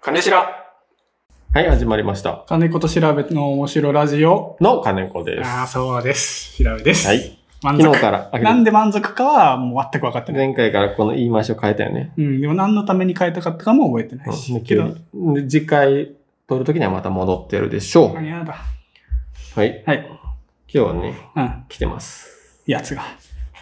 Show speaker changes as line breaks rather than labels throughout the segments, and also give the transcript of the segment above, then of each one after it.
金しらはい、始まりました。
金子と調べの面白ラジオ。
の金子です。
ああ、
は
そうです。調べです。。
い。
満
昨日
足。
から、
な
あ
んで満足かはもう全く分かってない。
前回からこの言い回しを変えたよね。
うん。でも何のために変えたかったかも覚えてな
う
い
ん
し。
で
け
急
ど、
にで次回撮るときにはまた戻ってるでしょう。
あ
はい。
やだ。
今
はい。
日はね、
うん。
来てます。
やつが。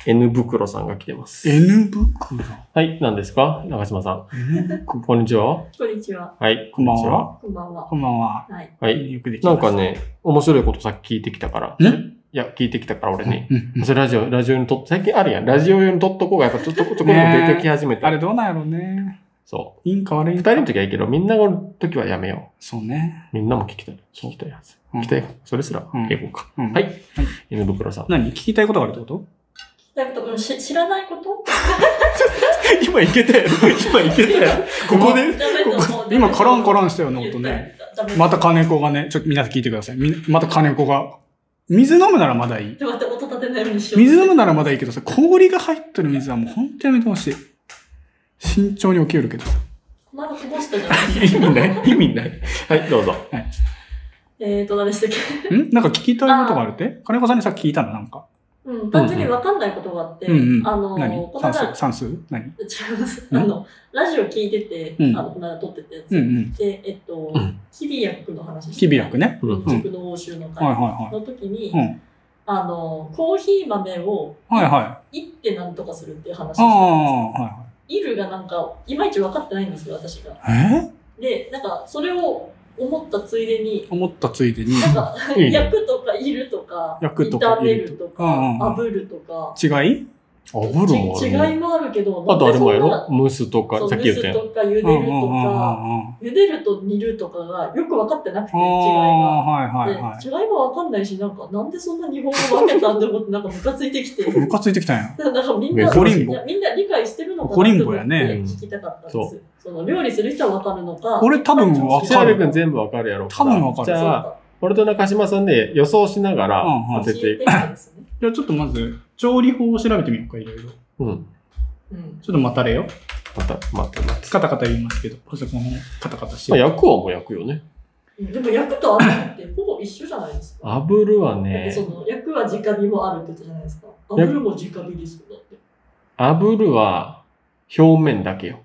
N 袋さんが来てます。
N 袋。
はい、何ですか中島さん。
N 袋。
こんにちは。
こんにちは。
はい、
こんばんは。
こんばんは。
こんばんは。
はい。
こんにちは。はい。
よくでき
な
ま
ん
した。
かね、面白いことさっき聞いてきたから。
ん
いや、聞いてきたから俺に。
うん、うんうん
それラジオ、ラジオにとっ、最近あるやん。ラジオ用に撮っとこうが、やっぱちょっとちょこちょこ出てき始めて。
あれどうなんやろうね。
そう。
いいんか悪い
二
ん
人
か。
の時はいいけど、みんなの時はやめよ
そうね。
う。みんなも聞きたい。聞きたいやつ。
うん
聞きたい。それすら、
うん
英語か。
うん
はい。犬袋さん。
何聞きたいことがあるってこと
だけど、うんし知らないこと
今いけたよ。今いけた よ。ここで
ダメと思う
今コロンコロンしたよね、音。
ダ
ね。
メダメ
また金子がね、ちょっと皆さん聞いてください。みんまた金子が。水飲むならまだいい。
ちょっと待って、音立てないようにしよう。
水飲むならまだいいけどさ、氷が入ってる水はもう本当やめてほしい。慎重に起きるけど。
まだこぼしたじゃない
意味ない意味ない。
はい、どうぞ。
えーと、何でしたっけ
んなんか聞きたいことがあるって金子さんにさっき聞いたのなんか。
うん、単純にわかんないことがあって、
うんうん。
あの、
何
この
算
間、違
数算数何
います。
うん
あの、ラジオ聞いてて、
うん
あの、この間撮ってたやつ。
うんうん。
で、えっと
うん、
キビヤックの話して
キビラクね。
うん。
ん
塾の欧州の
はい
会
は
の時に、
いはい。うん。
あの、コーヒー豆を、
はいはい。
いってなんとかするっていう話
あ
をしてたんです
あ、は
イルがなんか、いまいち分かってないんですよ、私が。
いはい。え
で、なんか、それを思ったついでに、
思ったついでに。
なんか、
いいね
焼くとかいるとか、
焼くとか
炒め
い
るとか、
るとか
炙るとか、
違い
あぶるもあ
ち
る
違い
ね。
もあるけど、
あとあれもや
なん
ろ
で
ムースと
そ
か、
ん
さ
な
っ
そ
き
う、
言ったや
蒸す
ん。
とか茹でる
うんうんうんう
と
ん
か、
うん。
茹でると煮るとかがよく分かってなくて、違
あ
いが。
あー、はいはいは
で違いも分かんないし、なんか、なんでそんな日本語分けたんだろうって、なんかムカついてきて。
い。ムカついてきたんや。
なんかみんな、
ゴ
リンボ
いやみんな理解してるのか
ゴリ
な
ン
と
ボ
思
や
って
ね
聞きたかったんです。
うん
その料理する人は分かるのか。
俺多分わ
千
か
春
る
君全部わかるやろ。
多分わか
じ
る
そう
ゃあ、
だ
俺と中島さんで予想しながら
うんうん
当て
聞い
て
て。たんですね。
じゃあちょっとまず、調理法を調べてみようか、いろいろ。ちょ
うん。
うん。
っと待たれよ。
また、待って待って。
カタカタ言いますけど、パソコンをカタカタし
まあ、
て。
焼くはもう焼くよね。
でも焼くと炙るってほぼ一緒じゃないですか。
炙るは
だって
ね
そ、の焼くは直火もあるってことじゃないですか。炙るも直火ですよだって。
炙るは表面だけよ。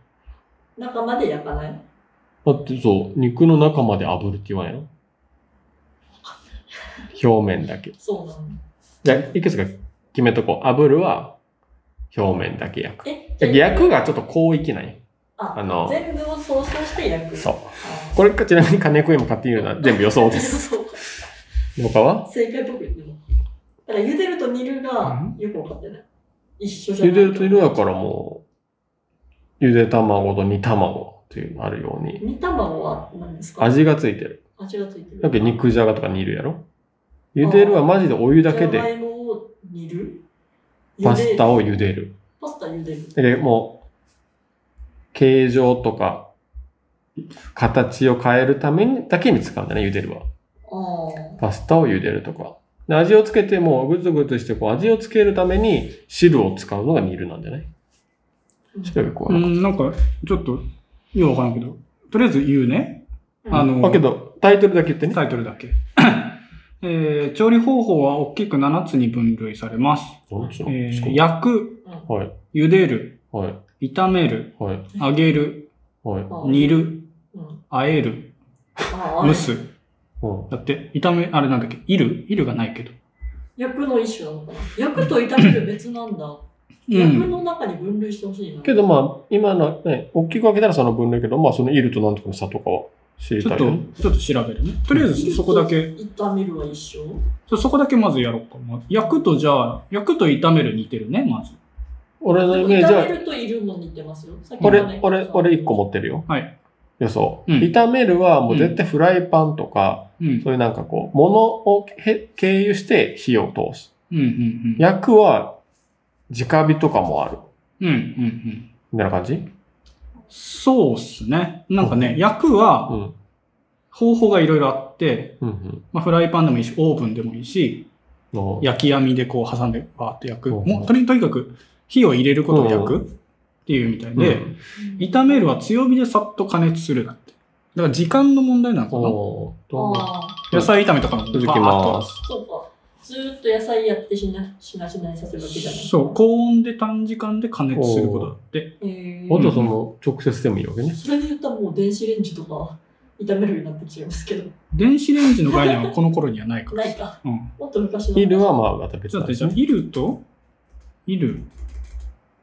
中まで焼かない
だってそう、肉の中まで炙るって言わんやろ表面だけ。
そうなの。
じゃあ、いくつか決めとこう。炙るは表面だけ焼く。
え
で焼くがちょっと広域なんよ。
あ
あの、
全部を総称して焼く。
そう
あ。
これか、ちなみに金子今買っているのは全部予想 です。
そう
他は
正解っぽく言っても。だから茹でると煮るがよくわかってない。一緒じゃな
茹
い。
でると色やからもう、茹で卵と煮卵っていうのあるように、
煮卵は何ですか
味がついてる。
味がついてる。
だけど肉じゃがとか煮るやろ茹でるはマジでお湯だけ
じゃが
で
いもを煮る
パス
茹で
タを茹でる。
パスタ茹でる。
で、もう、形状とか、形を変えるために、だけに使うんだね、茹でるは。
ああ。
パスタを茹でるとか。で味をつけても、ぐつぐつして、こう、味をつけるために、汁を使うのが煮るなんじゃない調べこ
う
う。
ん、なんか、ちょっと、ようわからんけど、とりあえず言うね。
うん
あの、
だけど、タイトルだけ言ってね。
タイトルだけ。 えー調理方法は大きく7つに分類されます。
なんつうの
え
すご
ー
い
焼く、
はい、
茹でる、
はい、
炒める、
はい、
揚げる、
はい。
煮る、
うん
和える、
ああ
蒸す。
うん
だって、炒め、あれなんだっけ、いるいるがないけど。
焼くの一種なのかな焼くと炒める別なんだ。
う
焼く
ん。
の中に分類してほしいな。
けどまあ、今のね、大きく分けたらその分類けど、まあそのいるとなんとかの差とかは知り
ちょ
た
っ
いよね。
と、ちょっと調べるね。とりあえず、そこだけ。
炒めるは一緒
ちょそこだけまずやろうか。まあ焼くとじゃあ、焼くと炒める似てるね、まず。
俺のイメージ
炒め
は、
るといるも似てますよ。さっきの
俺
ね、
俺、俺一個。持ってるよ。
はい。
予想。
うん
炒めるはもう絶対フライパンとか、
うん。うん
そういうなんかこう、物をへ経由して火を通す。
うんうん。
焼くは、直火とかもある。
うんうんうん。
みたいな感じ
そうっすね。なんか
う
ね、焼く
う
は
ん。
方法がいろいろあって、
うん、
まあ、フライパンでもいいし、オーブンでもいいし、
うん。の
焼き網でこう挟んでバーって焼く。
うん
もうとにとにかく火を入れることを焼くっていうみたいで、
うん
炒めるは強火でさっと加熱するだって。だから時間の問題なのかな
おーどんどん
ああ、
野菜炒めとかも
続きま
そうか。ずーっと野菜やってしなしなしなにさせるわけじゃない。
す。そう、高温で短時間で加熱することだって。
えー、
あとその、直接でもいいわけね。
それで言ったらもう電子レンジとか炒めるようになってきちゃいますけど。
電子レンジの概念はこの頃にはな いから。
ないか。
うん。
もっと昔の話。
ヒールはまあまた別
ちょっ
だ
とじ
し
ゃあ、
ね。
いると、いる、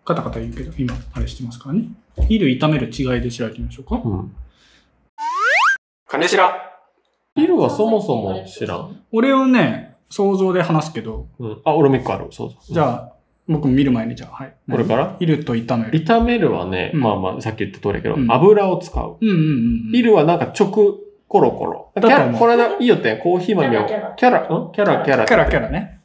カタカタ言うけど、今、あれしてますからね。いる炒める違いで調べてみましょうか。
うん。
金白
ヒルはそもそも知らん。
ん。
俺をね、想像で話すけど、
うん。あ、俺も一個ある。そうそう。
じ
あ、
ゃあ、僕見る前に、じゃあ、はい。
これから
いると炒める。
炒めるはね、
うん
まあまあ、さっき言った通りだけど、
うん
油を使う。
うんうんうんうん。
ヒルはなんか直、コロコロ。キ
だと思う
ャラ、これだ、いいよって、コーヒー豆を。
キャラ
キャラ、んキャラ、キャラ。
キャラキャラね。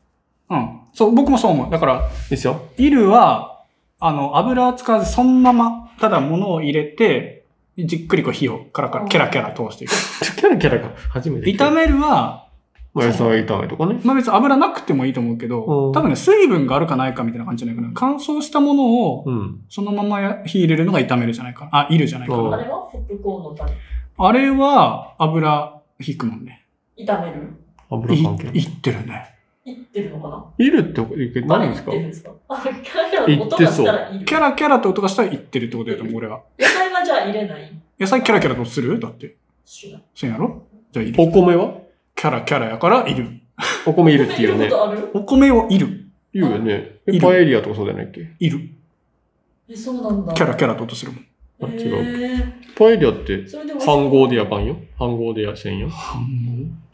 うん。そう、僕もそう思う。だから、
ですよ。
イルは、あの、油は使わず、そのまま、ただ物を入れて、じっくりこう火をカラカラ、キャラキャラ通していく。
キャラキャラが初めて聞いた。
炒めるは、
まあ野菜炒めとかね。
まあ別に油なくてもいいと思うけ
う
ど、
ん
多分ね、水分があるかないかみたいな感じじゃないかな。乾燥したものを、
うん。
そのままや火入れるのが炒めるじゃないかな。あ、いるじゃないか
うん
な。
あれはポップコーンのタレ。
あれは、油引くもんね。
炒める
油
い
関係。
いってるね。
いってるのかない
るって言うけど何ですか
あれいってるんですかあキャラキャラ
い
の
っ
音
て
が
そう
したらいる
キ。ャラキャラって音がしたらいってるってことやと思う、俺は。
野菜はじゃあ入れない
野菜キャラキャラとするだって。
しな。
せんやろじゃあいる。
お米は
キャラキャラやからいる。
お米いるっていう
入れ
ね
るこ。とある
お米をいる。
言うよね。
い
え
る
パエリアとかそうじゃないっけ
いる。
え、そうなんだ。
キャラキャラと音するもん。
あ
へー
違パエリアって
それで
半合で
や。
やかんよ。半合でやせんよ。
反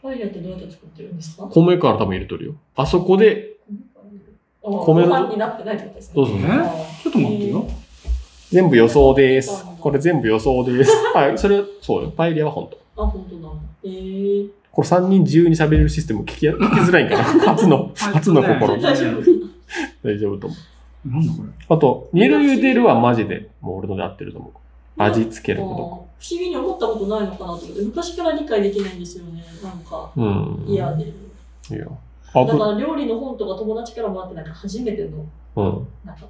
パエリアってどうやって作ってるんですか
米から多分入れとるよ。あそこで、米
米
の
ご飯になってないってことですね。
どうぞ
え
あー
ちょっと待ってよ。
全部予想です。これ全部予想 です。はい、それ、そうよ。パエリアは本当。
あ、本当なんだ。えー、
これ3人自由に喋れるシステム聞き聞きづらいん かな。初の、初の試み。
大
大
丈
丈
夫
夫。
大丈夫と思
なんだこれ。
う。あと、煮る茹でるはマジで、もう俺ので合ってると思う。味付ける
あー不
こ
思議に思ったことないのかなと思って、昔から理解できないんですよね。なんか、
と。うん。
嫌で。
いいよ。あ
だか
ぶ、
ら料理の本とか友達からもらって、なんか初めての、
うん。
なんか、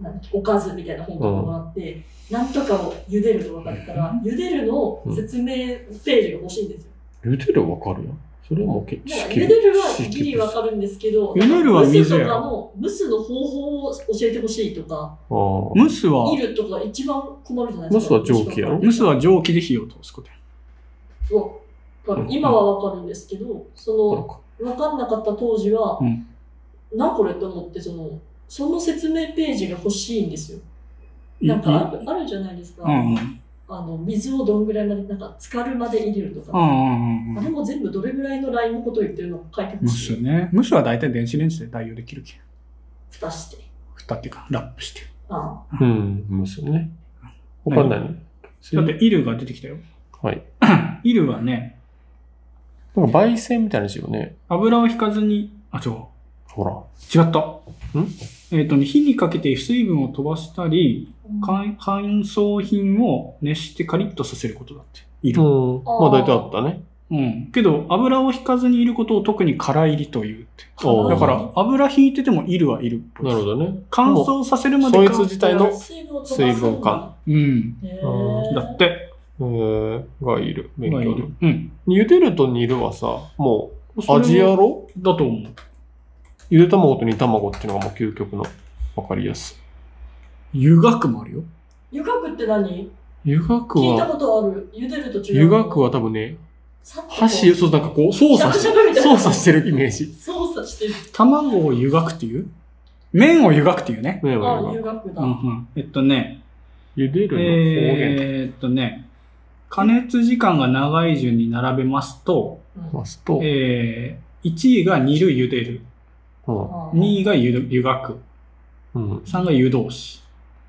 なんだっけおかずみたいな本とかもらって、なんとかを茹でると分かるから、茹でるの説明ページが欲しいんですよ。
茹でるわかるよ。それはもうけ、
なんか茹
知
で
識
るは
知
ギ
識
リ分かるんですけど、
茹でるは
蒸
水
すと
や
か
ろ。
も、蒸すの方法を教えてほしいとか、
あー
蒸すは
煮、るとか一番困るじゃないですか。
蒸すは蒸気やろ
蒸すは蒸気で火を通すことや。
わかる今は分かるんですけど、そ
こ
の分かんなかった当時は、
うん
なこれと思ってその、その説明ページが欲しいんですよ。なんかあるあるじゃないですか、
うんうん。
あの。水をどんぐらいまで、なんか浸かるまで入れると
う
か、
んうんうん
あ
うん。
れも全部どれぐらいのラインのことを言ってるのか書いてほ
蒸
し
す
い。
ね。蒸すは大体電子レンジで代用できるけん。
蓋して。
蓋っていうか、ラップして。
あ
かうん、蒸すね。他何
だって、イルが出てきたよ。
はい。
イルはね、
なんか焙煎みたいなしよね。
油を引かずに、あ、違う。
ほら。
違った。
ん
えっ、とね、火にかけて水分を飛ばしたり、
あ
乾乾燥品を熱してカリッとさせることだって。いる。
うん。まあ大体あったね。
うん。けど、油を引かずにいることを特に空入りというって。
おー
だから、油引いててもいるはいるっぽい
な
です。
るほどね。
乾燥させるまで
そい
乾
つ自体の、
水分を飛ばす
水分感。
うん。
へ
う
ー
だって、
えー、がいる。勉
がい
強
る。うん。
に茹でると煮るはさ、もう、
それ
味やろ
だと思う。
ゆで卵と煮卵っていうのがもう究極のわかりやす
湯がくもあるよ。
湯がくって何
い。湯がく
聞いた
は、
ことある。茹でると違う。
湯がくは多分ね、
さっとこう、
箸、そう、なんかこう、操作
し
して
る
て、操作してるイメージ。
操作してる。
卵を湯がくっていう麺を湯がくっていうね。
ねえ、
あ、
湯
湯がくだ。
うんうん。えっとね、
茹でるの方言と
えーっとね、加熱時間が長い順に並べますと、
言いますと、
えー、1位が煮る茹でる、2位が湯ど湯がく、
うん、うん、
3が湯通し。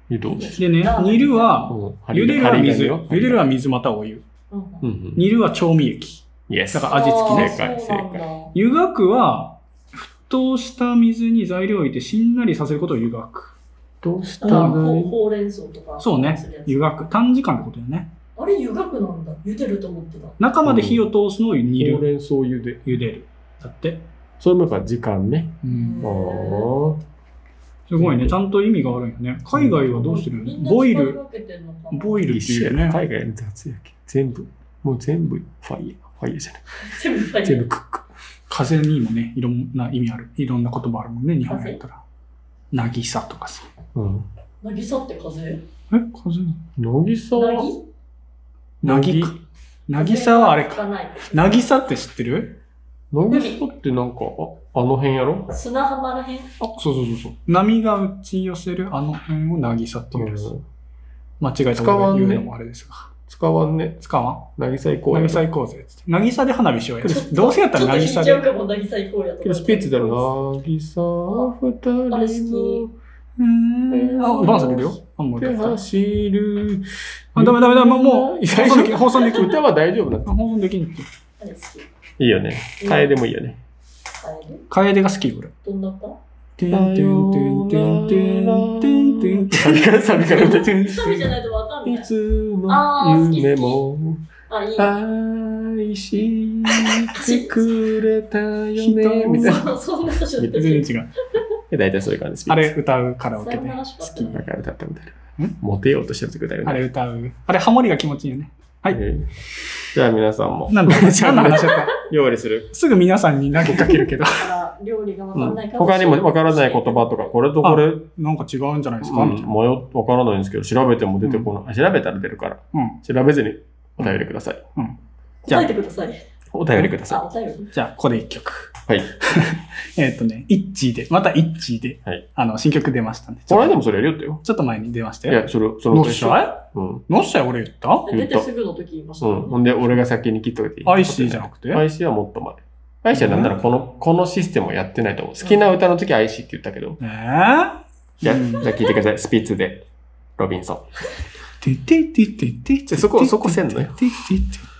湯通し。
でね、煮るは、
うん
茹でるは水、
針金
茹でるは水またはお湯、
うん
うんうん。
煮るは調味液。
イエス。
だから味付きね
正解
そうなんだ
正
湯がくは、沸騰した水に材料を入れてしんなりさせることを湯がく。
どうした
あ
ら
ほほうれん草とか。
そうね
するや、つ
湯がく。短時間ってことだよね。
あれ、湯がくなんだ。茹でると思ってた。
中まで火を通すのを煮
ほう
る、
れん草茹で。
茹でる。だって。
それもやっぱ時間ね。
うん
あ
へ
ー
ー
すごいね。ちゃんと意味があるよね。海外はどうしてる
みん
の
な
ボイ
使い
ル、
分けてんのかな
ボイルって
一
い
緒
う
や
ね。
海外の雑やけ。全部、もう全部ファイヤー。ファイヤーじゃない。
全部ファイヤー
全部クック。
風にもね、いろんな意味ある。いろんな言葉あるもんね、日本語やったら。なぎさとかさ。
うん。
渚って風
え、風
乃木さん
な
は、
ぎ
なぎか。なぎさはあれ
風
か。
がない
なぎさって知ってる
乃木さんってなんか、ああの辺やろ
砂浜らへん。
あ、そうそうそうそう。波が打ち寄せるあの辺をなぎさって言うんです。
うん
間違えたこと言うのもあれですが。
使わんね。
使わん
渚行こう
渚
や。
行こうぜっつって。渚で花火しようやっつって。
ちょ
どうせやったら
ちょ
渚
っと引いちゃう
で。
かも、渚行こうやと
けど
か。
スピッツだろな。渚二人
あれ好
の
うーん。あ、バンされるよ。あ、もう
手
歌った
走る。
あ、ダメダメダメ。もう、
い
放
やいや
送できん。放送できん。
歌は大丈夫だ。
あ放送できんって。
あれ好き。
いいよね。
カエ
楓もいいよね。
ル
楓が好きよ、俺。
どんな歌
てんてんてんてんてんてんてんてん。
サビからサビから歌っちゃう
一人じゃないとわかん
い
ない。
つ
あー
の
好き
夢も
あ、いい。
愛してくれたよね。みたいな。
そう そんな歌じゃない。
全然違う。
大体そういう感じ。
あれ歌うカラオ
さ
ケ
よ
で
な
好
らしか
き。
なんか歌ったみたいな
うん。
モテようとしてる時だよね。
あれ歌う。あれハモリが気持ちいいよね。はい
うんじゃあ皆さんも
なんだ、 何の話だった
料理する。
すぐ皆さんに投げかけるけど。
から料理がわかんないから。
他にもわからない言葉とか、これとこれ、うん
なんか違うんじゃないですかみ
迷
たいな。
っわからないんですけど、調べても出てこない。調べたら出るから、
うん。
調べずにお便りください。じゃあ
答えてください。
お便りください
あ、。お便り。
じゃあ、ここで一曲。
はい。
えっ、とね、イッチーで、またイッチーで、
はい
あの、新曲出ましたんで。ち
こ
ょ
の
っ
間
と
もそれやりよったよ。
ちょっと前に出ました
い
よ。
や、それ、そ
の
の
っしゃ
うん。うん。
いのっしゃい俺言った
え
出てすぐの時言いましたね。
ほんで、俺が先に切っといていい
アイシーじゃなくて
アイシーはもっと前。アイシーはなんならこの、このシステムをやってないと思う。好きな歌の時はアイシーって言ったけど。
えぇ
じゃあ、じ
うん
ゃあ聞いてください。スピッツで、ロビンソン。
てってってってってって。
そこそこせんのよ
てってってってって